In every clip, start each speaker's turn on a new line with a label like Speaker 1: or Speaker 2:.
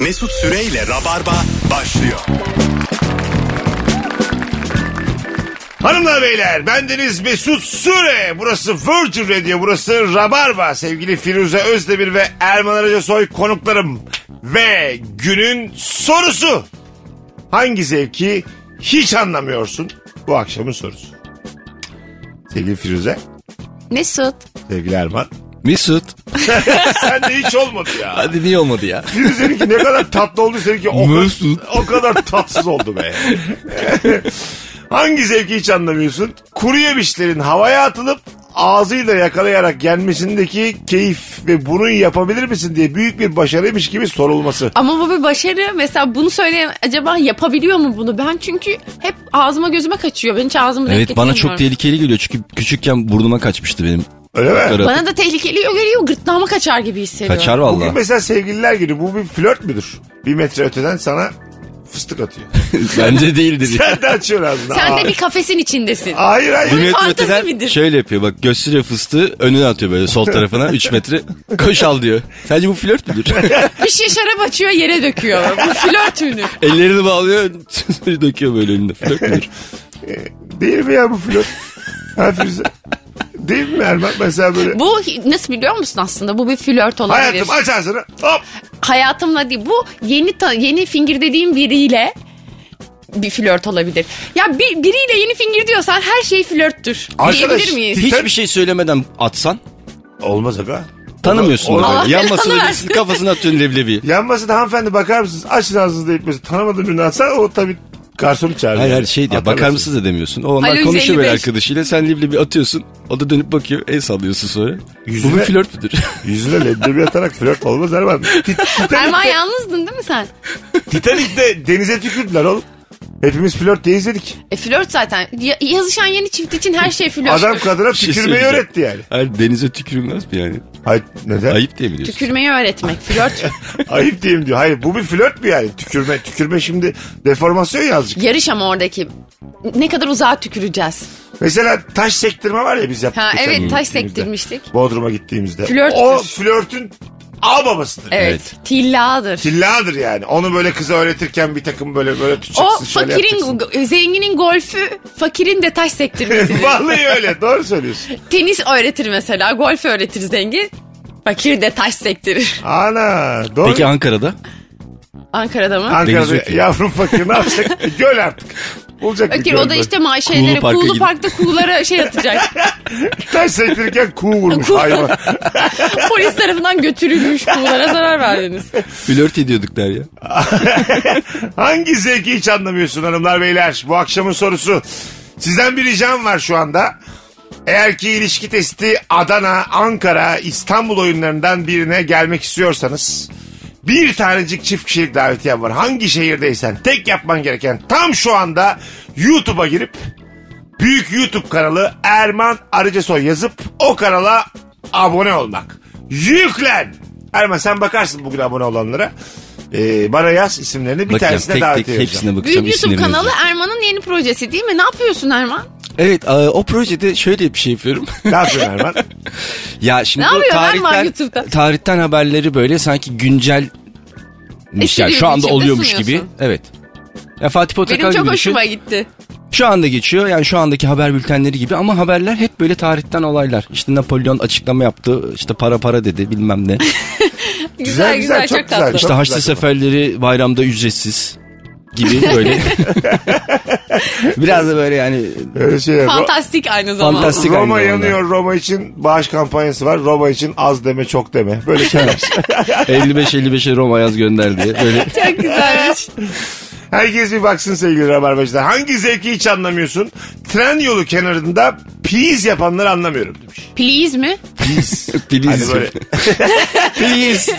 Speaker 1: Mesut Süreyle Rabarba başlıyor.
Speaker 2: Hanımlar beyler bendeniz Mesut Süre. Burası Virgin Radio burası Rabarba. Sevgili Firuze Özdemir ve Erman Araca Soy konuklarım. Ve günün sorusu. Hangi zevki hiç anlamıyorsun? Bu akşamın sorusu. Sevgili Firuze,
Speaker 3: Mesut.
Speaker 2: sevgili Erman.
Speaker 4: Mesut.
Speaker 2: Sen de hiç olmadı ya.
Speaker 4: Hadi niye olmadı ya?
Speaker 2: Firuze'ninki ne kadar tatlı oldu seninki o,
Speaker 4: Mesut.
Speaker 2: o kadar tatsız oldu be. Hangi zevki hiç anlamıyorsun? Kuru yemişlerin havaya atılıp ağzıyla yakalayarak yenmesindeki keyif ve bunu yapabilir misin diye büyük bir başarıymış gibi sorulması.
Speaker 3: Ama bu bir başarı. Mesela bunu söyleyen acaba yapabiliyor mu bunu? Ben çünkü hep ağzıma gözüme kaçıyor. Ben hiç ağzımı denk
Speaker 4: Evet bana çok
Speaker 3: getiremiyorum.
Speaker 4: tehlikeli geliyor çünkü küçükken burnuma kaçmıştı benim.
Speaker 2: Öyle mi?
Speaker 4: Kara-
Speaker 3: Bana da tehlikeli geliyor. Gırtlağıma kaçar gibi hissediyorum.
Speaker 4: Kaçar
Speaker 2: Bugün
Speaker 4: valla.
Speaker 2: mesela sevgililer günü bu bir flört müdür? Bir metre öteden sana fıstık atıyor.
Speaker 4: Bence değildir.
Speaker 2: Sen de açıyorsun ağzını.
Speaker 3: Sen
Speaker 2: Aa,
Speaker 3: de bir kafesin içindesin.
Speaker 2: Hayır hayır.
Speaker 4: Bir metre
Speaker 3: fantezi
Speaker 4: öteden
Speaker 3: midir?
Speaker 4: şöyle yapıyor bak gösteriyor fıstığı önüne atıyor böyle sol tarafına 3 metre koş al diyor. Sence bu flört müdür?
Speaker 3: Bir şişe şarap açıyor yere döküyor. Bu flört müdür?
Speaker 4: Ellerini bağlıyor döküyor böyle önüne flört müdür?
Speaker 2: Değil mi ya bu flört? ha Firuze? Değil mi Erman? Mesela böyle.
Speaker 3: Bu hi- nasıl biliyor musun aslında? Bu bir flört olabilir.
Speaker 2: Hayatım aç ağzını. Hop.
Speaker 3: Hayatımla değil. Bu yeni ta- yeni finger dediğim biriyle bir flört olabilir. Ya bir, biriyle yeni finger diyorsan her şey flörttür.
Speaker 2: Arkadaş,
Speaker 3: Diyebilir miyiz?
Speaker 4: Hiçbir şey söylemeden atsan
Speaker 2: Olmaz aga.
Speaker 4: tanımıyorsun
Speaker 2: Ona-
Speaker 4: da
Speaker 2: ona-
Speaker 4: böyle. Yanmasın
Speaker 3: Allah
Speaker 4: öbürsünün kafasına atıyorsun leblebiyi.
Speaker 2: Yanmasın hanımefendi bakar mısınız? Açın ağzınızı deyip mesela tanımadığın ürünü atsa o tabii garsonu çağırıyor.
Speaker 4: Hayır her şey diye
Speaker 2: Atar
Speaker 4: bakar
Speaker 2: mısın?
Speaker 4: mısınız da demiyorsun. O onlar
Speaker 3: Alo,
Speaker 4: konuşuyor böyle
Speaker 3: 155.
Speaker 4: arkadaşıyla. Sen leblebi atıyorsun. O da dönüp bakıyor. El sallıyorsun sonra.
Speaker 2: Yüzüne-
Speaker 4: Bu bir flört müdür?
Speaker 2: Yüzüne leblebi atarak flört olmaz Erman. Tit-
Speaker 3: Erman
Speaker 2: Titanic'te,
Speaker 3: yalnızdın değil mi sen?
Speaker 2: Titanic'te denize tükürdüler oğlum. Hepimiz flört diye izledik.
Speaker 3: E, flört zaten. Ya- yazışan yeni çift için her şey flört.
Speaker 2: Adam kadına
Speaker 4: Bir şey
Speaker 2: tükürmeyi
Speaker 4: söyleyeceğim.
Speaker 2: öğretti yani.
Speaker 4: Hayır denize tükürülmez mi yani?
Speaker 2: Hayır neden? Ayıp.
Speaker 4: Ayıp diye mi diyorsun?
Speaker 3: Tükürmeyi öğretmek flört.
Speaker 2: diyeyim diyor. Hayır bu bir flört mü yani? Tükürme tükürme şimdi deformasyon ya azıcık.
Speaker 3: Yarış ama oradaki. Ne kadar uzağa tüküreceğiz.
Speaker 2: Mesela taş sektirme var ya biz yaptık.
Speaker 3: Ha
Speaker 2: geçen gün
Speaker 3: evet taş
Speaker 2: gittiğimizde.
Speaker 3: sektirmiştik.
Speaker 2: Bodrum'a gittiğimizde.
Speaker 3: Flörttür.
Speaker 2: O flörtün ağ babasıdır.
Speaker 3: Evet.
Speaker 4: Evet.
Speaker 3: Tilladır.
Speaker 2: Tilladır yani. Onu böyle kıza öğretirken bir takım böyle böyle tutacaksın.
Speaker 3: O
Speaker 2: şöyle
Speaker 3: fakirin,
Speaker 2: yapacaksın.
Speaker 3: go- zenginin golfü, fakirin de taş sektirmesi.
Speaker 2: Vallahi öyle. Doğru söylüyorsun.
Speaker 3: Tenis öğretir mesela, golf öğretir zengin. Fakir de taş sektirir.
Speaker 2: Ana. Doğru.
Speaker 4: Peki Ankara'da?
Speaker 3: Ankara'da mı?
Speaker 4: Deniz
Speaker 2: Ankara'da
Speaker 4: yok.
Speaker 2: fakir fakirine yapacak. Göl artık. Olacak bir
Speaker 3: Fakir
Speaker 2: göl
Speaker 3: o da
Speaker 2: böyle.
Speaker 3: işte ma şeylere,
Speaker 4: parka
Speaker 3: kuğulu
Speaker 4: gidip-
Speaker 3: parkta kuğulara şey atacak.
Speaker 2: Taş sektirirken kuğu vurmuş
Speaker 3: Kuğu.
Speaker 2: hayvan.
Speaker 3: Polis tarafından götürülmüş kuğulara zarar verdiniz.
Speaker 4: Flört ediyorduk der ya.
Speaker 2: Hangi zevki hiç anlamıyorsun hanımlar beyler? Bu akşamın sorusu. Sizden bir ricam var şu anda. Eğer ki ilişki testi Adana, Ankara, İstanbul oyunlarından birine gelmek istiyorsanız bir tanecik çift kişilik davetiyem var. Hangi şehirdeysen tek yapman gereken tam şu anda YouTube'a girip büyük YouTube kanalı Erman Arıcasoy yazıp o kanala abone olmak. Yüklen! Erman sen bakarsın bugün abone olanlara. Ee, bana yaz isimlerini bir
Speaker 4: Bakacağım
Speaker 2: tanesine
Speaker 4: tek
Speaker 2: davet
Speaker 4: tek
Speaker 2: edeceğim.
Speaker 4: hepsine bakacağım.
Speaker 3: Büyük YouTube
Speaker 4: isimlerini
Speaker 3: kanalı
Speaker 4: yazacağım.
Speaker 3: Erman'ın yeni projesi değil mi? Ne yapıyorsun Erman?
Speaker 4: Evet a, o projede şöyle bir şey yapıyorum.
Speaker 2: Ne yapıyorsun Erman?
Speaker 4: ya şimdi
Speaker 3: Ne
Speaker 4: bu
Speaker 3: yapıyor lan var YouTube'da?
Speaker 4: tarihten, tarihten haberleri böyle sanki güncel yani
Speaker 3: Esiri
Speaker 4: şu anda
Speaker 3: biçimde
Speaker 4: oluyormuş gibi.
Speaker 3: sunuyorsun.
Speaker 4: Evet. Ya Fatih Portakal
Speaker 3: Benim çok
Speaker 4: gibi düşün.
Speaker 3: hoşuma gitti.
Speaker 4: Şu anda geçiyor yani şu andaki haber bültenleri gibi ama haberler hep böyle tarihten olaylar. İşte Napolyon açıklama yaptı işte para para dedi bilmem ne.
Speaker 3: Güzel güzel,
Speaker 2: güzel, çok
Speaker 3: çok,
Speaker 2: güzel.
Speaker 3: tatlı.
Speaker 4: İşte
Speaker 2: Çok
Speaker 4: Haçlı
Speaker 2: güzel.
Speaker 4: seferleri bayramda ücretsiz gibi böyle. Biraz da böyle yani
Speaker 2: Öyle şey yap.
Speaker 3: Fantastik aynı zamanda.
Speaker 4: Fantastik.
Speaker 2: Roma
Speaker 4: aynı zamanda.
Speaker 2: yanıyor. Roma için bağış kampanyası var. Roma için az deme çok deme. Böyle şey şeyler.
Speaker 4: 55-55'e Roma yaz gönderdi. Böyle
Speaker 3: Çok güzelmiş.
Speaker 2: Herkes bir baksın sevgili Rabarbacılar. Hangi zevki hiç anlamıyorsun? Tren yolu kenarında piz yapanları anlamıyorum demiş.
Speaker 3: Please mi?
Speaker 2: Piz. Hani
Speaker 4: please.
Speaker 2: böyle.
Speaker 4: please.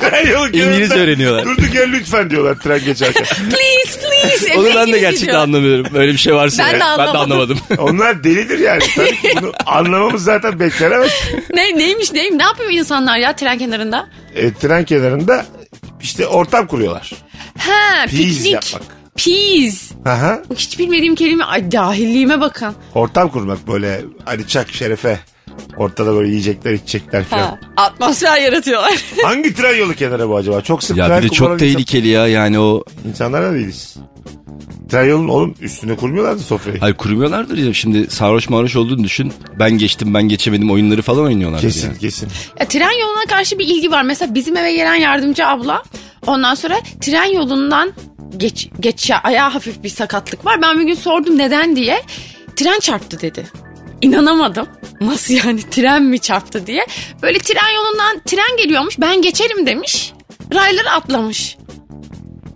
Speaker 2: tren yolu kenarında.
Speaker 4: İngiliz öğreniyorlar.
Speaker 2: Durduk ya lütfen diyorlar tren geçerken.
Speaker 3: Please please.
Speaker 4: Onu ben de
Speaker 3: İngilizce
Speaker 4: gerçekten
Speaker 3: diyor.
Speaker 4: anlamıyorum. Böyle bir şey varsa.
Speaker 3: Ben de
Speaker 4: evet,
Speaker 3: anlamadım.
Speaker 4: anlamadım.
Speaker 2: Onlar delidir yani. Tabii ki bunu anlamamız zaten beklenemez.
Speaker 3: Ne, neymiş neyim? Ne yapıyor insanlar ya tren kenarında?
Speaker 2: E, tren kenarında işte ortam kuruyorlar.
Speaker 3: Ha
Speaker 2: Please
Speaker 3: piknik.
Speaker 2: yapmak.
Speaker 3: Please.
Speaker 2: Aha.
Speaker 3: Hiç bilmediğim kelime. Ay, dahilliğime bakın.
Speaker 2: Ortam kurmak böyle hani çak şerefe. Ortada böyle yiyecekler içecekler
Speaker 3: Ha,
Speaker 2: falan.
Speaker 3: atmosfer yaratıyorlar.
Speaker 2: Hangi tren yolu kenarı bu acaba? Çok sık
Speaker 4: Ya
Speaker 2: tren
Speaker 4: bir de çok
Speaker 2: kullanan insan-
Speaker 4: tehlikeli ya yani o
Speaker 2: insanlara değiliz. Tren yolunun oğlum üstüne kurmuyorlardı sofrayı.
Speaker 4: hayır kurmuyorlardır ya şimdi sarhoş marhoş olduğunu düşün. Ben geçtim ben geçemedim oyunları falan oynuyorlar.
Speaker 2: Kesin
Speaker 4: Yani.
Speaker 2: kesin.
Speaker 3: Ya, tren yoluna karşı bir ilgi var. Mesela bizim eve gelen yardımcı abla ondan sonra tren yolundan geç, geç ya, ayağa hafif bir sakatlık var. Ben bir gün sordum neden diye. Tren çarptı dedi. İnanamadım. Nasıl yani tren mi çarptı diye. Böyle tren yolundan tren geliyormuş ben geçerim demiş. Rayları atlamış.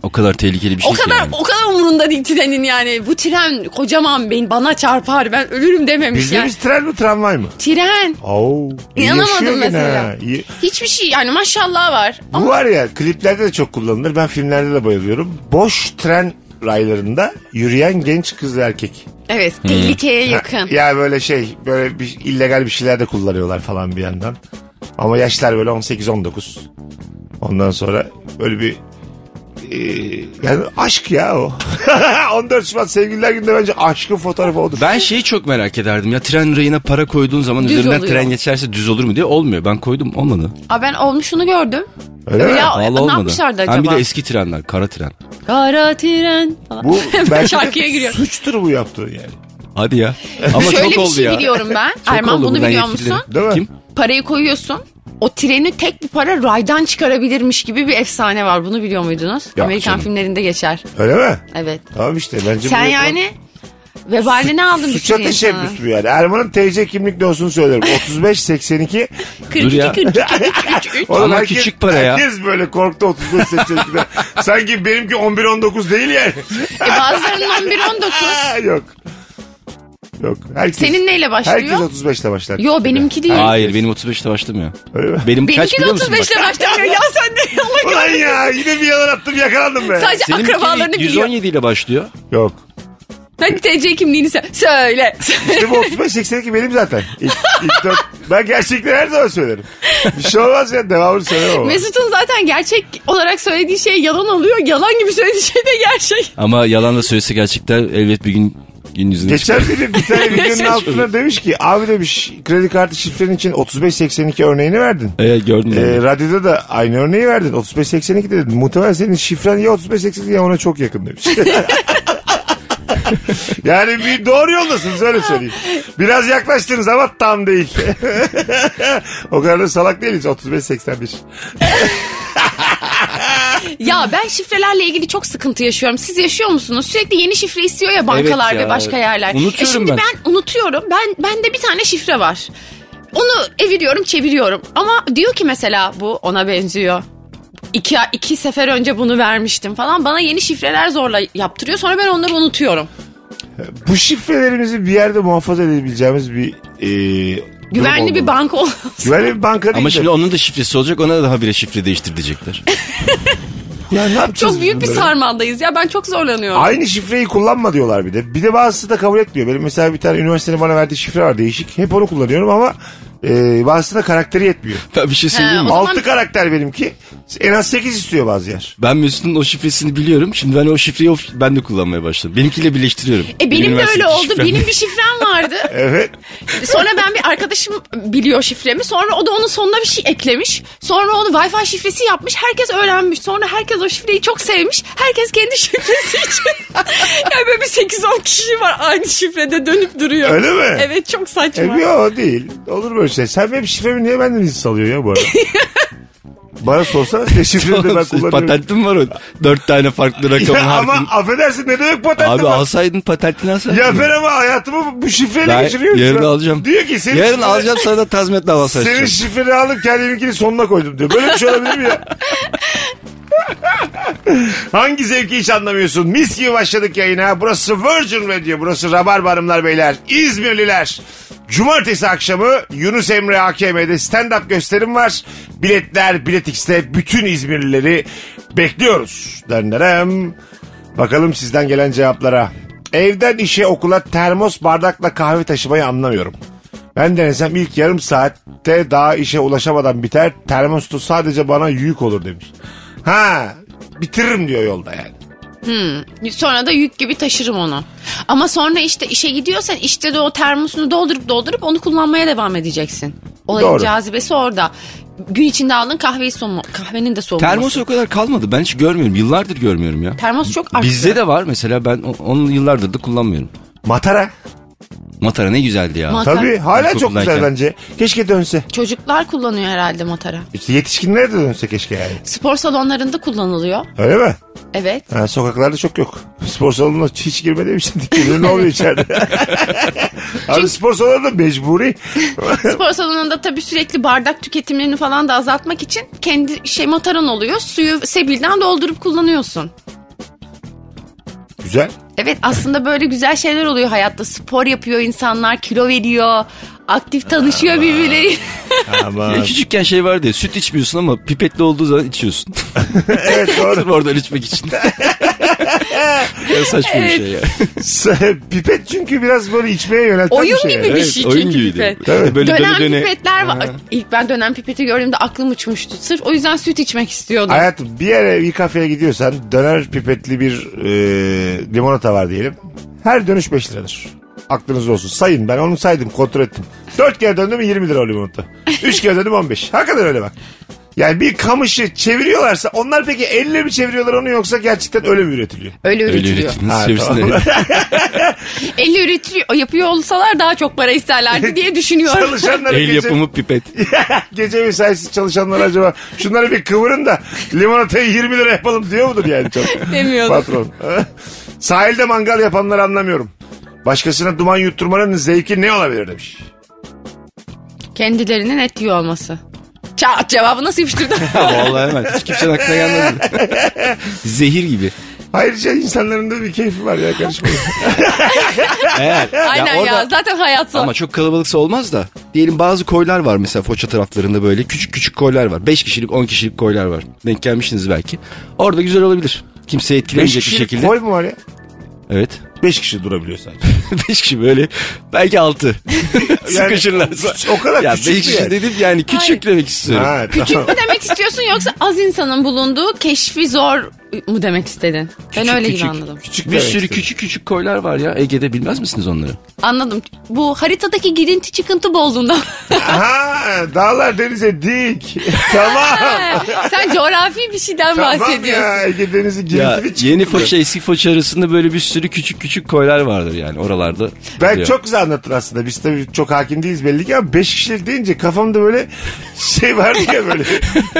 Speaker 4: O kadar tehlikeli bir şey
Speaker 3: O
Speaker 4: ki
Speaker 3: kadar
Speaker 4: yani.
Speaker 3: o kadar umurunda değil trenin yani. Bu tren kocaman ben bana çarpar ben ölürüm dememiş
Speaker 2: Biz
Speaker 3: yani.
Speaker 2: demiş tren mi tramvay mı?
Speaker 3: Tren.
Speaker 2: Oo, iyi yaşıyor
Speaker 3: şey- İnanamadım
Speaker 2: gene
Speaker 3: mesela.
Speaker 2: ha. İyi-
Speaker 3: Hiçbir şey yani maşallah var.
Speaker 2: Bu var ya kliplerde de çok kullanılır. Ben filmlerde de bayılıyorum. Boş tren raylarında yürüyen genç kız ve erkek.
Speaker 3: Evet tehlikeye
Speaker 2: Ha,
Speaker 3: yakın.
Speaker 2: Hmm. ya böyle şey böyle bir illegal bir şeyler de kullanıyorlar falan bir yandan. Ama yaşlar böyle 18-19. Ondan sonra böyle bir e, yani aşk ya o. 14 Şubat sevgililer günde bence aşkın fotoğrafı odur.
Speaker 4: Ben şeyi çok merak ederdim ya tren rayına para koyduğun zaman
Speaker 3: Düz
Speaker 4: üzerinden
Speaker 3: oluyor.
Speaker 4: tren geçerse düz olur mu diye olmuyor. Ben koydum olmadı.
Speaker 3: Aa, ben olmuşunu gördüm.
Speaker 2: Öyle mi?
Speaker 3: Ya
Speaker 4: Vallahi
Speaker 3: ne
Speaker 4: olmadı.
Speaker 3: yapmışlardı
Speaker 4: Hem
Speaker 3: acaba?
Speaker 4: bir de eski trenler kara tren.
Speaker 3: Kara tren falan.
Speaker 2: Bu
Speaker 3: ben
Speaker 2: belki
Speaker 3: şarkıya
Speaker 2: de
Speaker 3: giriyorum.
Speaker 2: suçtur bu yaptığın yani.
Speaker 4: Hadi ya. Ama
Speaker 3: Şöyle
Speaker 4: çok
Speaker 3: bir
Speaker 4: oldu
Speaker 3: şey
Speaker 4: ya.
Speaker 3: biliyorum ben.
Speaker 4: Çok
Speaker 3: Erman
Speaker 4: oldu
Speaker 3: bunu
Speaker 4: ben
Speaker 3: biliyor
Speaker 4: yetkililerim.
Speaker 3: musun?
Speaker 2: Değil mi?
Speaker 4: Kim?
Speaker 3: Parayı koyuyorsun. O treni tek bir para raydan çıkarabilirmiş gibi bir efsane var. Bunu biliyor muydunuz?
Speaker 4: Yok
Speaker 3: Amerikan
Speaker 4: canım.
Speaker 3: filmlerinde geçer.
Speaker 2: Öyle mi?
Speaker 3: Evet.
Speaker 2: Tamam işte bence
Speaker 3: Sen
Speaker 2: bu yapılan-
Speaker 3: yani şey vebalini ne aldın
Speaker 2: Suça
Speaker 3: düşünüyorsun
Speaker 4: şey
Speaker 2: teşebbüs bu yani. Erman'ın TC kimlik dosunu söylerim. 35 82
Speaker 4: Dur ya.
Speaker 3: 42 42 43.
Speaker 2: Oğlum
Speaker 4: Ama küçük para ya.
Speaker 2: Herkes böyle korktu 35 82'den. Sanki benimki 11 19 değil yani.
Speaker 3: E bazılarının 11 19.
Speaker 2: Aa, Yok. Yok. Herkes,
Speaker 3: Senin neyle başlıyor?
Speaker 2: Herkes 35 ile başlar.
Speaker 3: Yo benimki değil.
Speaker 4: Hayır benim 35'te başlamıyor.
Speaker 2: Öyle mi?
Speaker 4: Benim kaç
Speaker 3: Benimki de
Speaker 4: biliyor musun?
Speaker 3: 35 ile başlamıyor. Ya sen de Allah
Speaker 2: Ulan ya yine bir yalan attım yakalandım be.
Speaker 3: Sadece
Speaker 4: Senin
Speaker 3: akrabalarını biliyor.
Speaker 4: 117 ile başlıyor.
Speaker 2: Yok.
Speaker 3: Hadi TC kimliğini sen. Söyle.
Speaker 2: İşte bu 35 82 benim zaten. İlk, ilk dört- ben gerçekleri her zaman söylerim. Bir şey olmaz ya devamını söylemem ama.
Speaker 3: Mesut'un zaten gerçek olarak söylediği şey yalan oluyor. Yalan gibi söylediği şey de gerçek.
Speaker 4: Ama yalan da söylese gerçekten elbet bir gün gün yüzüne
Speaker 2: Geçen
Speaker 4: çıkar.
Speaker 2: biri bir tane videonun
Speaker 3: Mesaj
Speaker 2: altına demiş ki abi demiş kredi kartı şifrenin için 3582 örneğini verdin.
Speaker 4: Evet gördüm.
Speaker 2: Ee,
Speaker 4: ben.
Speaker 2: radyoda da aynı örneği verdin. 3582 dedin. Muhtemelen senin şifren ya 3582 ya ona çok yakın demiş. yani bir doğru yoldasınız öyle söyleyeyim. Biraz yaklaştınız ama tam değil. o kadar da salak değiliz 3581.
Speaker 3: Ya ben şifrelerle ilgili çok sıkıntı yaşıyorum. Siz yaşıyor musunuz? Sürekli yeni şifre istiyor ya bankalar
Speaker 4: Evet ya,
Speaker 3: ve başka
Speaker 4: evet.
Speaker 3: yerler.
Speaker 4: Unutuyorum
Speaker 3: e şimdi
Speaker 4: ben.
Speaker 3: ben. unutuyorum. Ben bende bir tane şifre var. Onu eviriyorum, çeviriyorum. Ama diyor ki mesela bu ona benziyor. İki, iki sefer önce bunu vermiştim falan. Bana yeni şifreler zorla yaptırıyor. Sonra ben onları unutuyorum.
Speaker 2: Bu şifrelerimizi bir yerde muhafaza edebileceğimiz bir e, durum
Speaker 3: Güvenli bir
Speaker 2: olmalı.
Speaker 3: banka olsun.
Speaker 2: Güvenli bir banka değil
Speaker 4: Ama
Speaker 2: de.
Speaker 4: şimdi onun da şifresi olacak ona da daha bire şifre değiştir diyecekler.
Speaker 2: Ya ne yapacağız
Speaker 3: Çok büyük bir
Speaker 2: bunları?
Speaker 3: sarmaldayız ya. Ben çok zorlanıyorum.
Speaker 2: Aynı şifreyi kullanma diyorlar bir de. Bir de bazısı da kabul etmiyor. Benim mesela bir tane üniversitenin bana verdiği şifre var değişik. Hep onu kullanıyorum ama e, bazısı da karakteri yetmiyor.
Speaker 4: ben bir şey söyleyeyim
Speaker 3: Ha,
Speaker 4: mi?
Speaker 3: o- zaman-
Speaker 2: Altı karakter benimki. En az sekiz istiyor bazı yer.
Speaker 4: Ben Mesut'un o şifresini biliyorum. Şimdi ben o şifreyi o- ben de kullanmaya başladım. Benimkiyle birleştiriyorum.
Speaker 3: E benim de öyle oldu.
Speaker 4: üniversitedeki şifremle.
Speaker 3: Benim bir şifrem vardı.
Speaker 2: Evet.
Speaker 3: Sonra ben bir arkadaşım biliyor şifremi. Sonra o da onun sonuna bir şey eklemiş. Sonra onu Wi-Fi şifresi yapmış. Herkes öğrenmiş. Sonra herkes o şifreyi çok sevmiş. Herkes kendi şifresi için. yani böyle bir 8-10 kişi var aynı şifrede dönüp duruyor.
Speaker 2: Öyle mi?
Speaker 3: Evet çok
Speaker 2: E,
Speaker 3: saçma.
Speaker 2: yok değil. Olur böyle şey. Sen benim şifremi niye benden izin alıyor ya bu arada? bana sorsana senin şifreni de ben
Speaker 4: Oğlum, siz
Speaker 2: kullanıyorum.
Speaker 4: patentin var o. Dört tane farklı rakam
Speaker 2: Ya, ama
Speaker 4: harfin.
Speaker 2: affedersin ne demek patent
Speaker 4: Abi
Speaker 2: var?
Speaker 4: alsaydın patentini alsaydın.
Speaker 2: Ya ben ama hayatımı bu şifreyle
Speaker 4: Ben
Speaker 2: geçiriyorum. şu
Speaker 4: yarın
Speaker 2: an.
Speaker 4: alacağım.
Speaker 2: Diyor ki senin
Speaker 4: Yarın
Speaker 2: şifreni-
Speaker 4: alacağım sana da tazminat davası
Speaker 2: Senin
Speaker 4: açacağım.
Speaker 2: şifreni alıp kendiminkini sonuna koydum diyor. Böyle bir şey olabilir mi ya? Hangi zevki hiç anlamıyorsun? Mis gibi başladık yayına. Burası Virgin Radio. Burası Rabarba Hanımlar Beyler. İzmirliler. Cumartesi akşamı Yunus Emre AKM'de stand-up gösterim var. Biletler Bilet X'te bütün İzmirlileri bekliyoruz. Döndürem. Bakalım sizden gelen cevaplara. Evden işe okula termos bardakla kahve taşımayı anlamıyorum. Ben denesem ilk yarım saatte daha işe ulaşamadan biter. Termostu sadece bana yük olur demiş. Ha bitiririm diyor yolda yani.
Speaker 3: Sonra da yük gibi taşırım onu. Ama sonra işte işe gidiyorsan işte de o termosunu doldurup doldurup onu kullanmaya devam edeceksin. Olayın
Speaker 2: Doğru.
Speaker 3: cazibesi orada. Gün içinde aldığın kahveyi soğuma, kahvenin de soğuması.
Speaker 4: Termos o kadar kalmadı. Ben hiç görmüyorum. Yıllardır görmüyorum ya.
Speaker 3: Termos çok arttı.
Speaker 4: Bizde de var mesela ben o- onu yıllardır da kullanmıyorum.
Speaker 2: Matara.
Speaker 4: Matara ne güzeldi ya.
Speaker 3: Matara.
Speaker 2: Tabii hala çok güzel
Speaker 4: Kullanırken.
Speaker 2: bence. Keşke dönse.
Speaker 3: Çocuklar kullanıyor herhalde matara.
Speaker 2: İşte yetişkinlere de dönse keşke yani.
Speaker 3: Spor salonlarında kullanılıyor.
Speaker 2: Öyle mi?
Speaker 3: Evet.
Speaker 2: Ha, sokaklarda çok yok. Spor salonuna hiç girme demiştim. Dikkat ne oluyor içeride? Abi spor salonu da mecburi.
Speaker 3: Spor salonunda tabii sürekli bardak tüketimlerini falan da azaltmak için kendi şey mataran oluyor. Suyu sebilden doldurup kullanıyorsun.
Speaker 2: Güzel.
Speaker 3: Evet aslında böyle güzel şeyler oluyor hayatta. Spor yapıyor insanlar, kilo veriyor, aktif tanışıyor birbirleri.
Speaker 2: Ama
Speaker 4: Ya küçükken şey vardı ya süt içmiyorsun ama pipetli olduğu zaman içiyorsun.
Speaker 2: evet doğru.
Speaker 4: Sırf oradan içmek için. ya saçma bir şey ya.
Speaker 2: Pipet çünkü biraz böyle içmeye yönelten
Speaker 3: Oyun
Speaker 2: bir şey.
Speaker 3: gibi.
Speaker 2: yani.
Speaker 3: Bir şey çünkü pipet.
Speaker 4: Tabii. Böyle
Speaker 3: dönen
Speaker 4: döne döne.
Speaker 3: pipetler var. İlk ben dönen pipeti gördüğümde aklım uçmuştu. Sırf o yüzden süt içmek istiyordum.
Speaker 2: Hayatım bir yere bir kafeye gidiyorsan döner pipetli bir e, limonata var diyelim. Her dönüş 5 liradır. Aklınızda olsun. Sayın ben onu saydım kontrol ettim. 4 kere döndüm 20 lira o limonata. 3 kere döndüm 15. Hakikaten öyle bak. Yani bir kamışı çeviriyorlarsa onlar peki elle mi çeviriyorlar onu yoksa gerçekten öyle mi üretiliyor?
Speaker 3: Öyle
Speaker 4: Öyle
Speaker 3: üretiliyor.
Speaker 4: üretimini
Speaker 2: Ha,
Speaker 4: sevsin
Speaker 2: tamam.
Speaker 4: de.
Speaker 3: Elle üretiliyor. Yapıyor olsalar daha çok para isterlerdi diye düşünüyorum.
Speaker 2: Çalışanlara
Speaker 4: El
Speaker 2: gece,
Speaker 4: yapımı pipet.
Speaker 2: gece mesaisiz çalışanlar acaba şunları bir kıvırın da limonatayı 20 lira yapalım diyor mudur yani çok?
Speaker 3: Demiyordur.
Speaker 2: Patron. Sahilde mangal yapanları anlamıyorum. Başkasına duman yutturmanın zevki ne olabilir demiş.
Speaker 3: Kendilerinin et yiyor olması. Çat cevabı nasıl yapıştırdı?
Speaker 4: Vallahi hemen. Hiç kimsenin aklına gelmedi. Zehir gibi.
Speaker 2: Ayrıca insanların da bir keyfi var ya karışmayın.
Speaker 4: Eğer,
Speaker 3: Aynen ya,
Speaker 4: orada-
Speaker 3: zaten hayat o.
Speaker 4: Ama çok kalabalıksa olmaz da. Diyelim bazı koylar var mesela Foça taraflarında böyle. Küçük küçük koylar var. 5 kişilik 10 kişilik koylar var. Denk gelmişsiniz belki. Orada güzel olabilir. Kimseye
Speaker 2: Beş
Speaker 4: etkilemeyecek bir
Speaker 2: kişilik
Speaker 4: şekilde.
Speaker 2: koy mu var ya?
Speaker 4: Evet.
Speaker 2: Beş kişi durabiliyor sadece.
Speaker 4: 5 kişi böyle. Belki 6. Sıkışırlarsa.
Speaker 2: o kadar
Speaker 4: Ya 5
Speaker 2: küçük mü
Speaker 4: kişi
Speaker 2: yani?
Speaker 4: dedim yani
Speaker 3: Hayır.
Speaker 4: küçük demek istiyorum.
Speaker 2: Ha,
Speaker 3: Küçük
Speaker 2: tamam.
Speaker 3: mü demek istiyorsun yoksa az insanın bulunduğu keşfi zor mu demek istedin? ben öyle gibi anladım.
Speaker 2: Küçük
Speaker 4: Bir
Speaker 2: demek
Speaker 4: sürü
Speaker 2: istedim.
Speaker 4: küçük küçük koylar var ya. Ege'de bilmez misiniz onları?
Speaker 3: Anladım. Bu haritadaki girinti çıkıntı bozduğunda.
Speaker 2: Aha, dağlar denize dik. tamam.
Speaker 3: Sen coğrafi bir şeyden
Speaker 2: tamam
Speaker 3: bahsediyorsun.
Speaker 2: ya Ege Denizi
Speaker 4: Ya
Speaker 2: girintili
Speaker 4: yeni
Speaker 2: çıktı.
Speaker 4: Foça eski Foça arasında böyle bir sürü küçük küçük koylar vardır yani oralarda.
Speaker 2: Ben
Speaker 4: oluyor.
Speaker 2: çok güzel anlattın aslında. Biz tabii çok hakim değiliz belli ki ama 5 kişilik deyince kafamda böyle şey vardı ya böyle.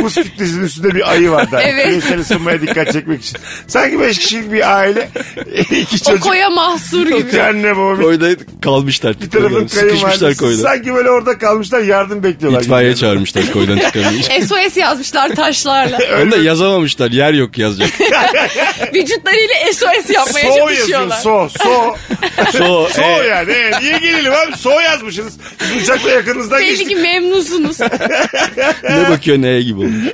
Speaker 2: Buz kütlesinin üstünde bir ayı vardı. Hani
Speaker 3: Evet.
Speaker 2: Küresel ısınmaya dikkat çekmek için. Sanki 5 kişilik bir aile. iki
Speaker 3: O
Speaker 2: çocuk.
Speaker 3: koya mahsur
Speaker 2: iki
Speaker 3: gibi.
Speaker 2: anne baba bir,
Speaker 4: koyda kalmışlar.
Speaker 2: bir tarafın
Speaker 4: Koyda Sıkışmışlar
Speaker 2: kayınvalidesi.
Speaker 4: koyda.
Speaker 2: Sanki böyle orada kalmışlar yardım bekliyorlar.
Speaker 4: İtfaiye
Speaker 2: gibi.
Speaker 4: çağırmışlar koydan çıkarmış.
Speaker 3: SOS yazmışlar taşlarla.
Speaker 4: Onu da yazamamışlar yer yok yazacak.
Speaker 3: Vücutlarıyla SOS yapmaya
Speaker 2: So yazıyor
Speaker 3: çalışıyorlar.
Speaker 2: so so.
Speaker 4: So,
Speaker 2: So
Speaker 4: e,
Speaker 2: yani evet. Niye gelelim abi so yazmışsınız. Biz uçakla yakınızdan
Speaker 3: Belli
Speaker 2: geçtik.
Speaker 3: ki memnunsunuz.
Speaker 4: ne bakıyor neye gibi olmuş.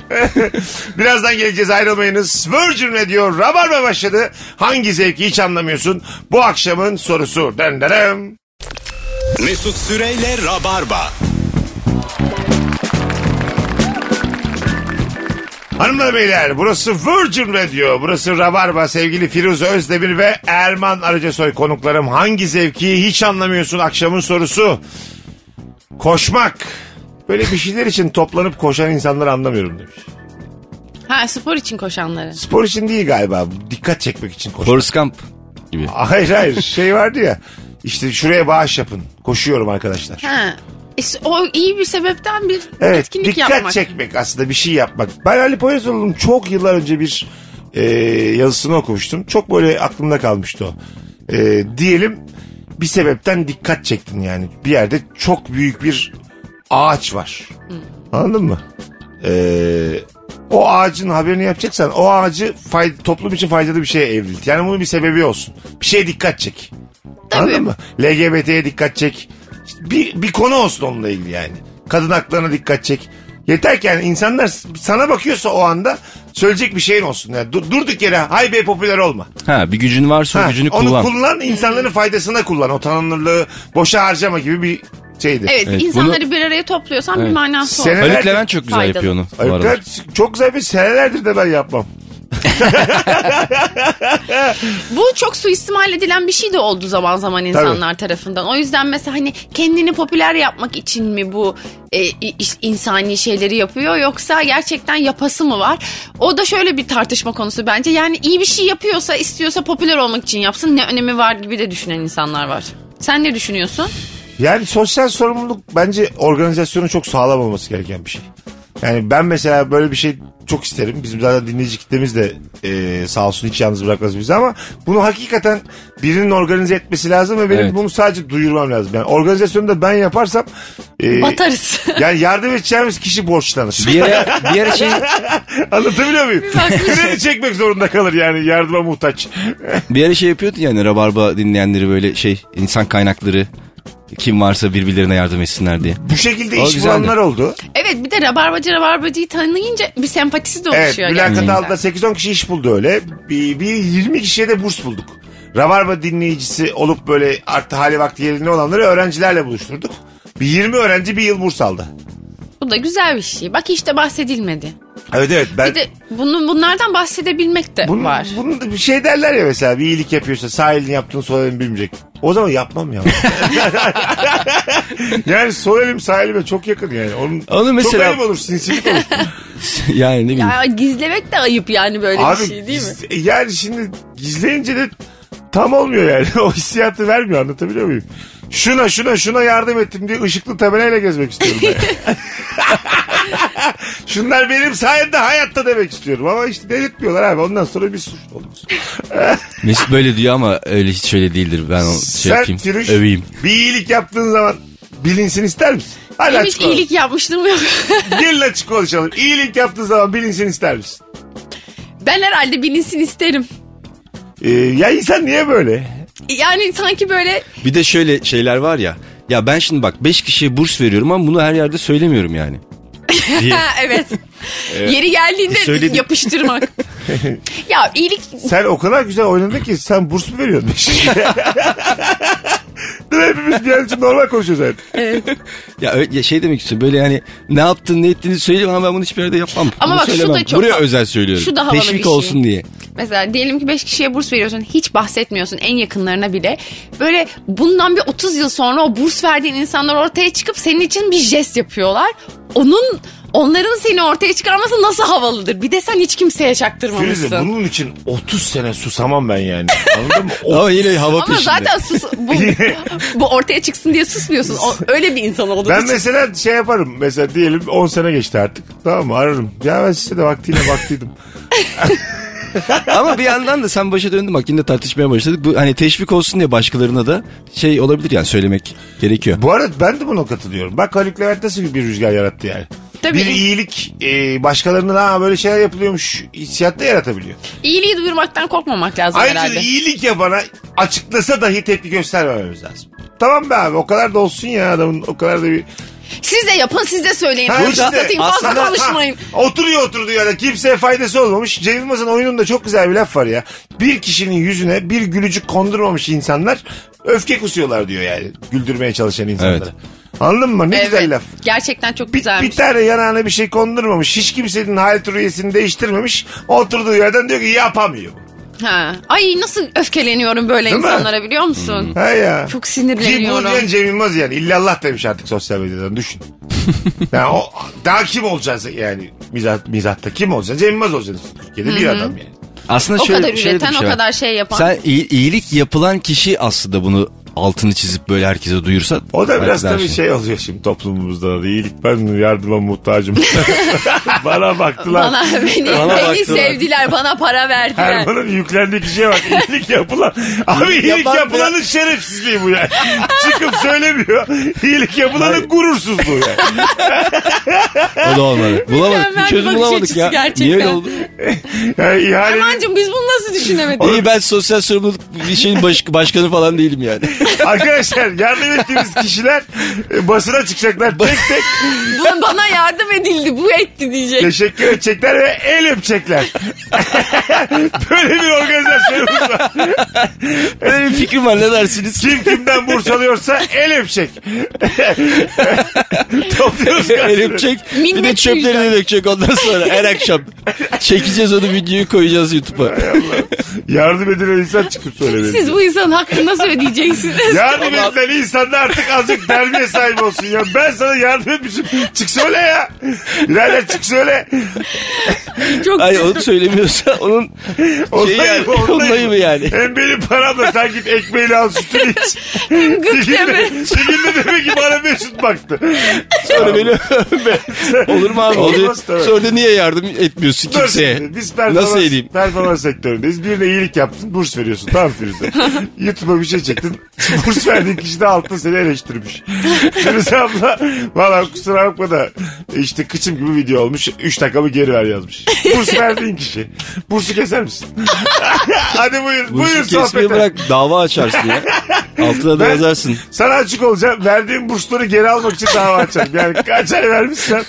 Speaker 2: Birazdan geleceğiz ayrılmayınız. Virgin Radio Rabarba başladı. Hangi zevki hiç anlamıyorsun? Bu akşamın sorusu. Dön dön dön.
Speaker 1: Mesut Süreyle Rabarba.
Speaker 2: Hanımlar beyler burası Virgin Radio. Burası Rabarba. Sevgili Firuze Özdemir ve Erman Arıcasoy konuklarım. Hangi zevki hiç anlamıyorsun? Akşamın sorusu. Koşmak. Böyle bir şeyler için toplanıp koşan insanları anlamıyorum demiş.
Speaker 3: ha spor için koşanları.
Speaker 2: Spor için değil galiba. Dikkat çekmek için koşmak.
Speaker 4: Forrest Gump gibi.
Speaker 2: Hayır hayır şey vardı ya. İşte şuraya bağış yapın. Koşuyorum arkadaşlar.
Speaker 3: Ha. E, o iyi bir sebepten bir
Speaker 2: Evet
Speaker 3: etkinlik
Speaker 2: dikkat
Speaker 3: yapmak.
Speaker 2: çekmek aslında bir şey yapmak. Ben Ali Poyrazoğlu'nun çok yıllar önce bir e, yazısını okumuştum. Çok böyle aklımda kalmıştı o. E, diyelim bir sebepten dikkat çektin yani. Bir yerde çok büyük bir ağaç var. Anladın mı? E, o ağacın haberini yapacaksan o ağacı fay- toplum için faydalı bir şeye evrilt. Yani bunun bir sebebi olsun. Bir şeye dikkat çek. Anladın mı? LGBT'ye dikkat çek. İşte bir, bir konu olsun onunla ilgili yani. Kadın haklarına dikkat çek. Yeter ki yani insanlar s- sana bakıyorsa o anda söyleyecek bir şeyin olsun. Yani dur- durduk yere hay be popüler olma.
Speaker 4: Ha bir gücün varsa o
Speaker 2: Ha,
Speaker 4: gücünü
Speaker 2: onu
Speaker 4: kullan.
Speaker 2: kullan insanların faydasına kullan. O tanınırlığı boşa harcama gibi bir şeydi.
Speaker 3: Evet,
Speaker 4: Evet,
Speaker 3: insanları bir araya topluyorsan bir manası olur.
Speaker 2: Sene-
Speaker 4: Haluk Levent çok güzel
Speaker 3: Faydalı.
Speaker 4: yapıyor onu. bu
Speaker 2: Ayıplar
Speaker 4: aralar.
Speaker 2: çok güzel bir senelerdir de ben yapmam.
Speaker 3: Bu çok suistimal edilen bir şey de oldu zaman zaman insanlar tarafından. O yüzden mesela hani kendini popüler yapmak için mi bu e, i- insani şeyleri yapıyor yoksa gerçekten yapası mı var? O da şöyle bir tartışma konusu bence. Yani iyi bir şey yapıyorsa, istiyorsa popüler olmak için yapsın. Ne önemi var gibi de düşünen insanlar var. Sen ne düşünüyorsun?
Speaker 2: Yani sosyal sorumluluk bence organizasyonun çok sağlam olması gereken bir şey. Yani ben mesela böyle bir şey çok isterim. Bizim zaten dinleyici kitlemiz de e, sağ olsun hiç yalnız bırakmaz bizi ama bunu hakikaten birinin organize etmesi lazım ve benim
Speaker 4: Evet.
Speaker 2: bunu sadece duyurmam lazım. Yani organizasyonu da ben yaparsam e,
Speaker 3: Batarız.
Speaker 2: yani yardım edeceğimiz kişi borçlanır.
Speaker 4: Bir yere, bir yere şey,
Speaker 2: Anlatabiliyor muyum?
Speaker 3: bakmışsın.
Speaker 2: Kredi çekmek zorunda kalır yani yardıma muhtaç.
Speaker 4: bir yere şey yapıyordun yani Rabarba dinleyenleri böyle şey insan kaynakları kim varsa birbirlerine yardım etsinler diye.
Speaker 2: Bu şekilde
Speaker 4: O
Speaker 2: iş
Speaker 4: güzeldi.
Speaker 2: bulanlar oldu.
Speaker 3: evet bir de rabarbacı rabarbacıyı tanıyınca bir sempatisi de
Speaker 2: Evet
Speaker 3: oluşuyor.
Speaker 2: Bülent
Speaker 3: gerçekten.
Speaker 2: Atalı'da 8-10 kişi iş buldu öyle. Bir, bir 20 kişiye de burs bulduk. Rabarba dinleyicisi olup böyle artı hali vakti yerinde olanları öğrencilerle buluşturduk. Bir 20 öğrenci bir yıl burs aldı.
Speaker 3: Bu da güzel bir şey. Bak işte bahsedilmedi.
Speaker 2: Evet evet ben...
Speaker 3: Bir de bunun bunlardan bahsedebilmek de
Speaker 2: Bunun,
Speaker 3: var.
Speaker 2: bunun da bir şey derler ya mesela bir iyilik yapıyorsa sağ elini yaptın sol elini bilmeyecek. O zaman yapmam ya. yani sol elim sağ elime çok yakın yani. Onun,
Speaker 4: Onu
Speaker 2: Çok
Speaker 4: mesela-
Speaker 2: ayıp olur sinsilik olur.
Speaker 4: yani ne bileyim.
Speaker 3: Ya gizlemek de ayıp yani böyle bir şey değil mi?
Speaker 2: giz- yani şimdi gizleyince de tam olmuyor yani. o hissiyatı vermiyor anlatabiliyor muyum? Şuna şuna şuna yardım ettim diye ışıklı tabelayla gezmek istiyorum ben. Şunlar benim sayemde hayatta demek istiyorum. Ama işte delirtmiyorlar abi. Ondan sonra bir suç olmuş.
Speaker 4: Şey Mesut böyle diyor ama öyle hiç öyle değildir. Ben onu şey
Speaker 2: Sen
Speaker 4: yapayım.
Speaker 2: Firuş
Speaker 4: Öveyim.
Speaker 2: bir iyilik yaptığın zaman bilinsin ister misin? Hadi
Speaker 3: Benim
Speaker 2: açık
Speaker 3: hiç
Speaker 2: olalım.
Speaker 3: iyilik yapmışlığım yok.
Speaker 2: Gelin açık konuşalım. İyilik yaptığın zaman bilinsin ister misin?
Speaker 3: ben herhalde bilinsin isterim.
Speaker 2: Ee, ya insan niye böyle?
Speaker 3: Yani sanki böyle
Speaker 4: Bir de şöyle şeyler var ya. Ya ben şimdi bak 5 kişiye burs veriyorum ama bunu her yerde söylemiyorum yani.
Speaker 3: ha evet. Yeri geldiğinde
Speaker 4: Söyledim.
Speaker 3: yapıştırmak. ya iyilik
Speaker 2: Sen o kadar güzel oynadın ki sen burs mu veriyorsun? Dur hepimiz bir an için normal konuşuyoruz zaten.
Speaker 4: Ya, ö- ya şey demek istiyorum böyle yani ne yaptın ne ettiğini söyleyeyim ama ben bunu hiçbir yerde yapmam.
Speaker 3: Ama
Speaker 4: Bunu
Speaker 3: bak şu da
Speaker 4: söylemem.
Speaker 3: çok-
Speaker 4: Buraya özel söylüyorum.
Speaker 3: şu da havalı bir
Speaker 4: Teşvik
Speaker 3: şey.
Speaker 4: olsun diye.
Speaker 3: mesela diyelim ki 5 kişiye burs veriyorsun hiç bahsetmiyorsun en yakınlarına bile. Böyle bundan bir 30 yıl sonra o burs verdiğin insanlar ortaya çıkıp senin için bir jest yapıyorlar. Onun Onların seni ortaya çıkarması nasıl havalıdır? Bir de sen hiç kimseye
Speaker 2: Firuze
Speaker 3: çaktırmamışsın.
Speaker 2: bunun için 30 sene susamam ben yani. Anladın mı? O-
Speaker 4: Ama yine hava
Speaker 3: Ama
Speaker 4: peşinde.
Speaker 3: zaten sus, bu, bu ortaya çıksın diye susmuyorsun. O- öyle bir insan olduğun
Speaker 2: ben
Speaker 3: için.
Speaker 2: mesela şey yaparım. Mesela diyelim 10 sene geçti artık. Tamam mı? Ararım. Ya ben size de vaktiyle baktıydım.
Speaker 4: Ama bir yandan da sen başa döndün bak yine tartışmaya başladık. Bu hani teşvik olsun diye başkalarına da şey olabilir yani söylemek gerekiyor.
Speaker 2: Bu arada ben de buna katılıyorum. Bak Haluk Levent nasıl bir rüzgar yarattı yani.
Speaker 3: Tabii.
Speaker 2: Bir iyilik e, başkalarına daha böyle şeyler yapılıyormuş hissiyatı da yaratabiliyor.
Speaker 3: İyiliği duyurmaktan korkmamak lazım
Speaker 2: Ayrıca
Speaker 3: herhalde.
Speaker 2: iyilik yapana açıklasa dahi tepki göstermememiz lazım. Tamam be abi o kadar da olsun ya adamın o kadar da bir...
Speaker 3: Siz de yapın siz de söyleyin.
Speaker 2: Ha
Speaker 3: Anasını
Speaker 2: işte,
Speaker 3: satayım E, fazla
Speaker 2: aslında-
Speaker 3: konuşmayın.
Speaker 2: Ha, oturuyor oturduğu yerde kimseye faydası olmamış. Cem Yılmaz'ın oyununda çok güzel bir laf var ya. Bir kişinin yüzüne bir gülücük kondurmamış insanlar öfke kusuyorlar diyor yani. Güldürmeye çalışan insanlara.
Speaker 4: Evet.
Speaker 2: Anladın mı? Ne güzel laf.
Speaker 3: Gerçekten çok
Speaker 2: Bir, bir
Speaker 3: güzelmiş.
Speaker 2: tane yanağına bir şey kondurmamış. Hiç kimsenin hal rüyesini değiştirmemiş. Oturduğu yerden diyor ki yapamıyor.
Speaker 3: ha. Ay nasıl öfkeleniyorum böyle
Speaker 2: Değil mi?
Speaker 3: insanlara biliyor musun?
Speaker 2: Ha ya.
Speaker 3: Çok
Speaker 2: Kim bu diyen
Speaker 3: sinirleniyorum.
Speaker 2: Cem Yılmaz yani. İllallah demiş artık sosyal medyadan düşün. yani o, daha kim olacağız yani mizah, mizahta kim olacaksın? Cem Yılmaz olacaksın Türkiye'de bir adam yani.
Speaker 4: Aslında
Speaker 3: O
Speaker 4: şöyle,
Speaker 3: kadar
Speaker 4: şöyle de bir
Speaker 3: üreten,
Speaker 4: şey
Speaker 3: o
Speaker 4: var.
Speaker 3: kadar şey yapan.
Speaker 4: Sen iyi- iyilik yapılan kişi aslında bunu altını çizip böyle herkese duyursa.
Speaker 2: O da biraz
Speaker 4: herkes her
Speaker 2: tabii şey. oluyor şimdi toplumumuzda da iyilik ben yardıma muhtacım. Bana baktılar.
Speaker 3: Bana beni,
Speaker 4: Bana
Speaker 3: beni
Speaker 4: baktılar.
Speaker 3: sevdiler, bana para verdiler.
Speaker 2: Erman'ın yüklendiği kişiye bak iyilik yapılan. Abi iyilik
Speaker 4: yapan-
Speaker 2: yapılanın şerefsizliği bu yani. Çıkıp söylemiyor. İyilik yapılanın gurursuzluğu yani. şey.
Speaker 4: O da olmadı. Bulamadık.
Speaker 3: Mükemmel
Speaker 4: Bir
Speaker 3: bir
Speaker 4: çözüm
Speaker 3: bakış
Speaker 4: bulamadık
Speaker 3: açısı
Speaker 4: ya.
Speaker 3: gerçekten.
Speaker 4: Niye öyle oldu?
Speaker 2: yani ihalenin-
Speaker 3: Erman'cığım biz bunu nasıl düşünemedik?
Speaker 4: İyi ben sosyal sorumluluk bir şeyin baş- başkanı falan değilim yani.
Speaker 2: Arkadaşlar yardım ettiğimiz kişiler e, basına çıkacaklar tek tek
Speaker 3: Bu- bana yardım edildi, bu etti diyecek.
Speaker 2: teşekkür edecekler ve el öpecekler. Böyle bir organizasyonumuz var.
Speaker 4: Böyle bir fikrim var ne dersiniz?
Speaker 2: Kim kimden burs alıyorsa el öpecek. Topluyoruz.
Speaker 4: Elim çek. Bir de
Speaker 3: Minnet
Speaker 4: çöpleri de
Speaker 3: duyacak.
Speaker 4: dökecek ondan sonra her akşam. Çekeceğiz onu videoyu koyacağız YouTube'a.
Speaker 2: Yardım edilen insan çıkıp söylemeli.
Speaker 3: Siz bu insanın hakkını nasıl ödeyeceksiniz?
Speaker 2: Yardım edilen insan da artık azıcık terbiye sahibi olsun ya. Ben sana yardım etmişim. Çık söyle ya. Birader çık söyle.
Speaker 3: Çok
Speaker 4: Ay onu söylemiyorsa onun
Speaker 2: Olayı
Speaker 4: Şey yani,
Speaker 2: mı, olayı
Speaker 4: olayı mı yani?
Speaker 2: Hem benim paramla sen git ekmeğini al sütünü iç.
Speaker 3: gık deme.
Speaker 2: Şekilde demek ki bana Mesut baktı.
Speaker 4: sonra beni olur mu abi? Oluyor.
Speaker 2: Olmaz tabii.
Speaker 4: Sonra da niye yardım etmiyorsun
Speaker 2: Dur
Speaker 4: kimseye?
Speaker 2: şimdi, Biz performans,
Speaker 4: Nasıl edeyim?
Speaker 2: performans sektöründeyiz. Birine iyilik yaptın burs veriyorsun. Tamam Firuze. YouTube'a bir şey çektin. Burs verdiğin kişi de altta seni eleştirmiş. Firuze abla valla kusura bakma da işte kıçım gibi video olmuş. 3 dakikamı geri ver yazmış. Burs verdiğin kişi. Bursu keser misin? Hadi buyur.
Speaker 4: Bu
Speaker 2: buyur
Speaker 4: işi kesmeyi
Speaker 2: sohbete.
Speaker 4: bırak dava açarsın ya. Altına da
Speaker 2: Ben-
Speaker 4: yazarsın.
Speaker 2: Sana açık olacağım. Verdiğim bursları geri almak için dava açacağım. Yani kaç ay vermişsen.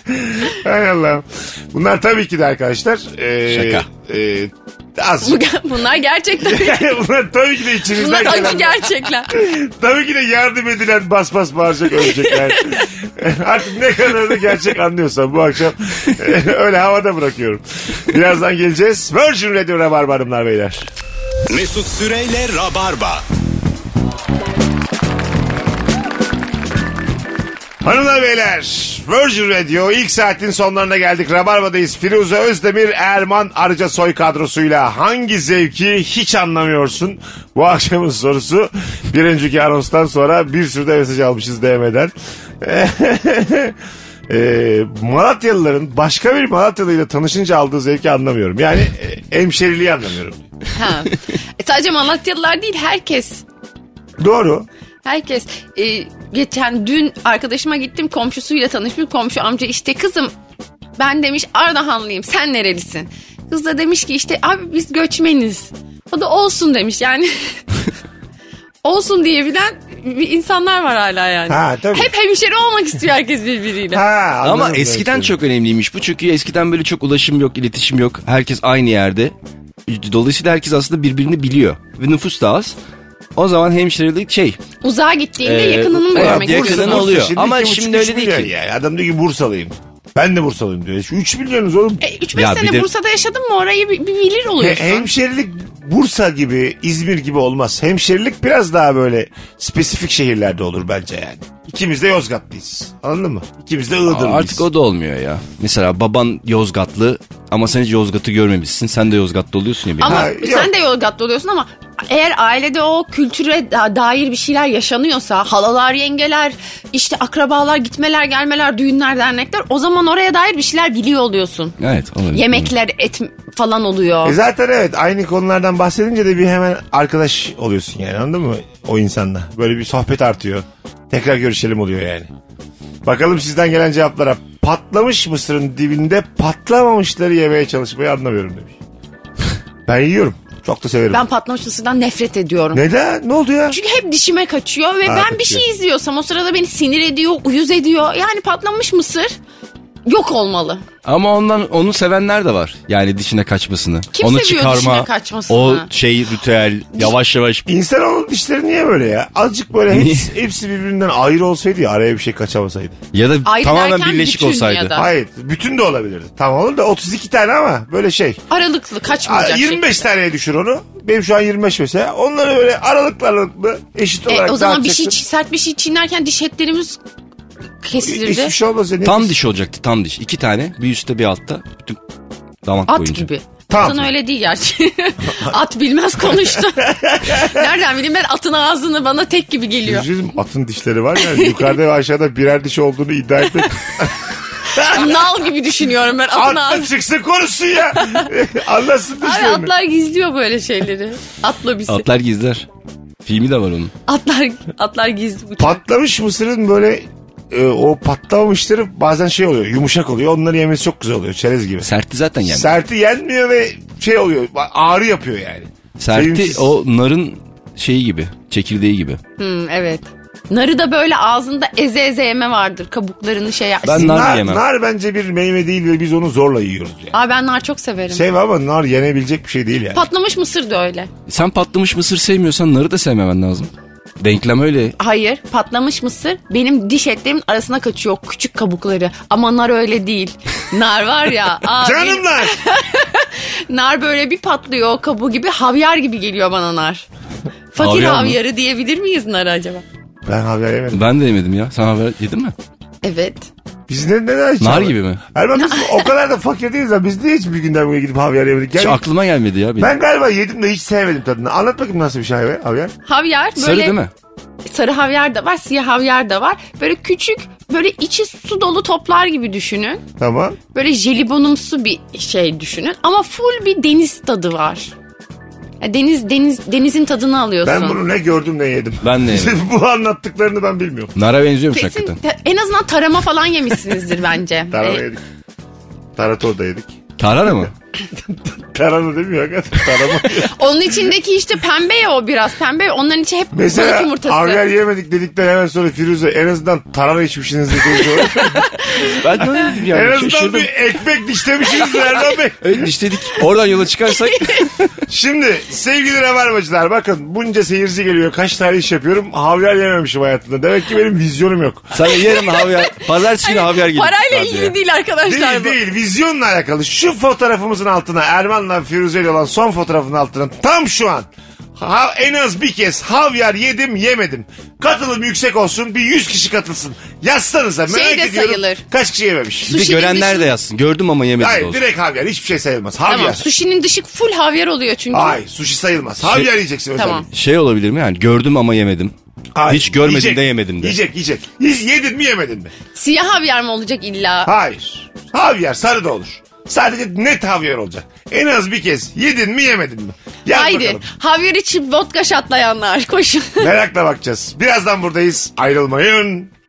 Speaker 2: Hay Allah'ım. Bunlar tabii ki de arkadaşlar. e,
Speaker 4: Şaka.
Speaker 2: e, az.
Speaker 3: Bunlar gerçekten.
Speaker 2: Bunlar tabii ki de içinizden
Speaker 3: Bunlar acı
Speaker 2: gelen.
Speaker 3: gerçekler.
Speaker 2: Tabii ki de yardım edilen bas bas bağıracak ölecekler. Artık ne kadar da gerçek anlıyorsan bu akşam öyle havada bırakıyorum. Birazdan geleceğiz. Virgin Radio Rabarba Hanımlar Beyler.
Speaker 1: Mesut Süreyle Rabarba.
Speaker 2: Hanımlar beyler Virgin Radio ilk saatin sonlarına geldik. Rabarba'dayız. Firuze Özdemir, Erman Arıca Soy kadrosuyla hangi zevki hiç anlamıyorsun? Bu akşamın sorusu bir önceki anonstan sonra bir sürü de mesaj almışız DM'den. Ee, Malatyalıların başka bir Malatyalı ile tanışınca aldığı zevki anlamıyorum. Yani e, hemşeriliği anlamıyorum.
Speaker 3: Ha. E, sadece Malatyalılar değil herkes.
Speaker 2: Doğru.
Speaker 3: Herkes. E, geçen dün arkadaşıma gittim komşusuyla tanışmış komşu amca işte kızım ben demiş Ardahanlıyım sen nerelisin? Kız da demiş ki işte abi biz göçmeniz. O da olsun demiş yani. olsun diyebilen bir insanlar var hala yani.
Speaker 2: Ha, tabii.
Speaker 3: Hep hemşeri olmak istiyor herkes birbiriyle.
Speaker 2: Ha, anladım
Speaker 4: Ama
Speaker 2: demek
Speaker 4: eskiden
Speaker 2: istediğini.
Speaker 4: çok önemliymiş bu. Çünkü eskiden böyle çok ulaşım yok, iletişim yok. Herkes aynı yerde. Dolayısıyla herkes aslında birbirini biliyor. Ve nüfus da az. O zaman hemşirelik şey.
Speaker 3: Uzağa gittiğinde
Speaker 4: Ee,
Speaker 3: yakınını mı
Speaker 4: evet,
Speaker 3: görmek
Speaker 4: yakınını
Speaker 3: istiyorsun?
Speaker 4: Ne oluyor? Ama
Speaker 2: iki buçuk,
Speaker 4: şimdi
Speaker 2: üç
Speaker 4: öyle değil
Speaker 2: milyon
Speaker 4: ki.
Speaker 2: Yani adam diyor ki Bursalıyım. Ben de Bursalıyım diyor. 3 milyonuz oğlum.
Speaker 3: E, 3-5
Speaker 4: Ya bir
Speaker 3: sene
Speaker 4: de-
Speaker 3: Bursa'da yaşadın mı orayı bir, bir bilir
Speaker 2: He-
Speaker 3: oluyorsun.
Speaker 2: hemşerilik Bursa gibi, İzmir gibi olmaz. Hemşerilik biraz daha böyle spesifik şehirlerde olur bence yani. İkimiz de Yozgatlıyız. Anladın mı? İkimiz de Iğdırlıyız.
Speaker 4: Artık o da olmuyor ya. Mesela baban Yozgatlı ama sen hiç Yozgat'ı görmemişsin. Sen de Yozgatlı oluyorsun ya. bir de.
Speaker 3: Ama
Speaker 2: Ha, yok.
Speaker 3: sen de Yozgatlı oluyorsun ama eğer ailede o kültüre da- dair bir şeyler yaşanıyorsa halalar, yengeler, işte akrabalar, gitmeler, gelmeler, düğünler, dernekler o zaman oraya dair bir şeyler biliyor oluyorsun.
Speaker 4: Evet. olabilir.
Speaker 3: Yemekler, et falan oluyor.
Speaker 2: E zaten evet aynı konulardan bahsedince de bir hemen arkadaş oluyorsun yani anladın mı o insanla. Böyle bir sohbet artıyor. Tekrar görüşelim oluyor yani. Bakalım sizden gelen cevaplara. Patlamış mısırın dibinde patlamamışları yemeye çalışmayı anlamıyorum demiş. ben yiyorum. Çok da severim.
Speaker 3: Ben patlamış mısırdan nefret ediyorum.
Speaker 2: Neden? Ne oldu ya?
Speaker 3: Çünkü hep dişime kaçıyor ve
Speaker 2: Ha,
Speaker 3: ben bir
Speaker 2: kaçıyor.
Speaker 3: şey izliyorsam o sırada beni sinir ediyor, uyuz ediyor. Yani patlamış mısır yok olmalı.
Speaker 4: Ama ondan onu sevenler de var. Yani dişine kaçmasını.
Speaker 3: Kim
Speaker 4: onu
Speaker 3: seviyor
Speaker 4: çıkarma.
Speaker 3: dişine kaçmasını?
Speaker 4: O şey ritüel yavaş yavaş.
Speaker 2: İnsanoğlunun dişleri niye böyle ya? Azıcık böyle hepsi, hepsi birbirinden ayrı olsaydı ya araya bir şey kaçamasaydı.
Speaker 4: Ya da
Speaker 3: Ayrı
Speaker 4: tamamen
Speaker 3: derken
Speaker 4: birleşik
Speaker 3: bütün ya
Speaker 4: olsaydı.
Speaker 3: da.
Speaker 2: Hayır bütün de olabilirdi. Tamam olur da 32 tane ama böyle şey.
Speaker 3: Aralıklı
Speaker 2: Aa,
Speaker 3: kaçmayacak
Speaker 2: 25 taneye düşür onu. Benim şu an 25 mesela. Onları böyle aralıklı aralıklı eşit
Speaker 3: E,
Speaker 2: olarak
Speaker 3: o zaman bir şey
Speaker 2: dağıtacaksın.
Speaker 3: çi- sert bir şey çiğnerken diş etlerimiz kesilirdi.
Speaker 2: Hiçbir şey olmaz. ya, ne
Speaker 4: Tam
Speaker 2: diyorsun?
Speaker 4: diş olacaktı tam diş. İki tane bir üstte bir altta. Bütün damak
Speaker 3: At
Speaker 4: boyunca.
Speaker 3: gibi.
Speaker 2: Tam.
Speaker 3: Atın öyle değil gerçi. At bilmez konuştu. Nereden bileyim ben atın ağzını bana tek gibi geliyor.
Speaker 2: Üzgünüm, atın dişleri var ya yukarıda ve aşağıda birer diş olduğunu iddia etmek.
Speaker 3: Nal gibi düşünüyorum ben atın
Speaker 2: Atla
Speaker 3: ağzını.
Speaker 2: çıksın konuşsun ya. Anlasın
Speaker 3: Abi
Speaker 2: dişlerini.
Speaker 3: atlar gizliyor böyle şeyleri. At lobisi.
Speaker 4: Atlar gizler. Filmi de var onun.
Speaker 3: Atlar atlar gizli. uçar.
Speaker 2: Patlamış mısırın böyle e, o patlamamışları bazen şey oluyor yumuşak oluyor. Onları yemesi çok güzel oluyor çerez gibi.
Speaker 4: Sertti zaten yani.
Speaker 2: Serti yenmiyor ve şey oluyor ağrı yapıyor yani.
Speaker 4: Sertti
Speaker 2: Sevimsiz.
Speaker 4: o narın şeyi gibi. Çekirdeği gibi.
Speaker 3: Hmm, evet. Narı da böyle ağzında eze eze yeme vardır. Kabuklarını şey yap.
Speaker 4: Ben- Nar
Speaker 2: Nar,
Speaker 4: yemem.
Speaker 2: nar bence bir meyve değil ve biz onu zorla yiyoruz yani.
Speaker 3: Aa, ben nar çok severim.
Speaker 2: Şey var ama nar yenebilecek bir şey değil yani.
Speaker 3: Patlamış mısır da öyle.
Speaker 4: Sen patlamış mısır sevmiyorsan narı da sevmemen lazım. Denklem öyle.
Speaker 3: Hayır patlamış mısır benim diş etlerimin arasına kaçıyor o küçük kabukları. Ama nar öyle değil. Nar var ya. Aa, benim-
Speaker 2: Canımlar.
Speaker 3: nar böyle bir patlıyor o kabuğu gibi havyar gibi geliyor bana nar. Fakir
Speaker 4: Havyar mı?
Speaker 3: havyarı diyebilir miyiz nara acaba?
Speaker 2: ben haber yemedim.
Speaker 4: Ben de yemedim ya. Sen haber yedin mi?
Speaker 3: Evet.
Speaker 2: Biz ne ne açalım?
Speaker 4: Nar gibi mi?
Speaker 2: Erman biz o kadar da fakir değiliz ya. Biz niye hiçbir günden bugüne gidip havyar yemedik?
Speaker 4: Hiç
Speaker 2: Yani
Speaker 4: aklıma gelmedi ya benim.
Speaker 2: ben galiba yedim de hiç sevmedim tadını. Anlat bakayım nasıl bir şey havyar- havyar.
Speaker 3: Havyar böyle
Speaker 4: Sarı değil mi?
Speaker 3: sarı havyar da var, siyah havyar da var. Böyle küçük, böyle içi su dolu toplar gibi düşünün.
Speaker 2: Tamam.
Speaker 3: Böyle jelibonumsu bir şey düşünün ama full bir deniz tadı var. Ya Deniz deniz denizin tadını alıyorsun.
Speaker 2: Ben bunu ne gördüm ne yedim.
Speaker 4: Ben de yemedim.
Speaker 2: Bu anlattıklarını ben bilmiyorum.
Speaker 4: Nara benziyormuş
Speaker 3: Kesin,
Speaker 4: hakikaten.
Speaker 3: en azından tarama falan yemişsinizdir bence.
Speaker 2: Tarhana
Speaker 3: E,
Speaker 2: yedik. Tarator da yedik.
Speaker 4: Tarhana mı?
Speaker 2: Tarhana demiyor hakikaten. Tarhana.
Speaker 3: onun içindeki işte pembe ya o biraz pembe. ya, Onların içi hep balık
Speaker 2: Mesela
Speaker 3: yumurtası.
Speaker 2: havyar yemedik dedikten hemen sonra Firuze en azından tarhana içmişsiniz diye konuşuyorlar.
Speaker 4: Ben de öyle dedim yani.
Speaker 2: en azından
Speaker 4: Şaşırdım.
Speaker 2: bir ekmek dişlemişsiniz Erdoğan Bey.
Speaker 4: Evet işledik. Oradan yola çıkarsak
Speaker 2: Şimdi sevgili rabarbacılar bakın bunca seyirci geliyor kaç tane iş yapıyorum havyar yememişim hayatımda. Demek ki benim vizyonum yok.
Speaker 4: sen yarın havyar. Pazartesi günü havyar gelir.
Speaker 3: Parayla
Speaker 4: Bence
Speaker 3: ilgili
Speaker 4: ya.
Speaker 3: değil arkadaşlar
Speaker 2: Değil
Speaker 3: bu.
Speaker 2: değil vizyonla alakalı şu fotoğrafımızın altına Erman'la Firuze ile olan son fotoğrafın altına tam şu an ha, en az bir kez havyar yedim yemedim. Katılım yüksek olsun bir 100 kişi katılsın. Yazsanıza merak
Speaker 3: Şey de
Speaker 2: ediyorum
Speaker 3: sayılır.
Speaker 2: kaç kişi yememiş.
Speaker 4: Bir de
Speaker 3: Sushi
Speaker 4: görenler
Speaker 3: dışında-
Speaker 4: de yazsın. Gördüm ama yemedim de
Speaker 2: Hayır
Speaker 4: olsun.
Speaker 2: direkt havyar hiçbir şey sayılmaz havyar.
Speaker 3: Tamam, sushi'nin dışı full havyar oluyor çünkü.
Speaker 2: Ay sushi sayılmaz. Havyar yiyeceksin
Speaker 3: Tamam.
Speaker 2: özellikle.
Speaker 4: Şey olabilir mi yani gördüm ama yemedim.
Speaker 2: Hayır,
Speaker 4: Hiç görmedim
Speaker 2: yiyecek,
Speaker 4: de yemedim de.
Speaker 2: Yiyecek yiyecek. Hiç yedin mi yemedin mi?
Speaker 3: Siyah havyar mı olacak illa?
Speaker 2: Hayır. Havyar sarı da olur. Sadece net havyar olacak. En az bir kez yedin mi yemedin mi? Yaz
Speaker 3: Haydi
Speaker 2: bakalım.
Speaker 3: havyar içip vodka şatlayanlar koşun.
Speaker 2: Merakla bakacağız. Birazdan buradayız. Ayrılmayın.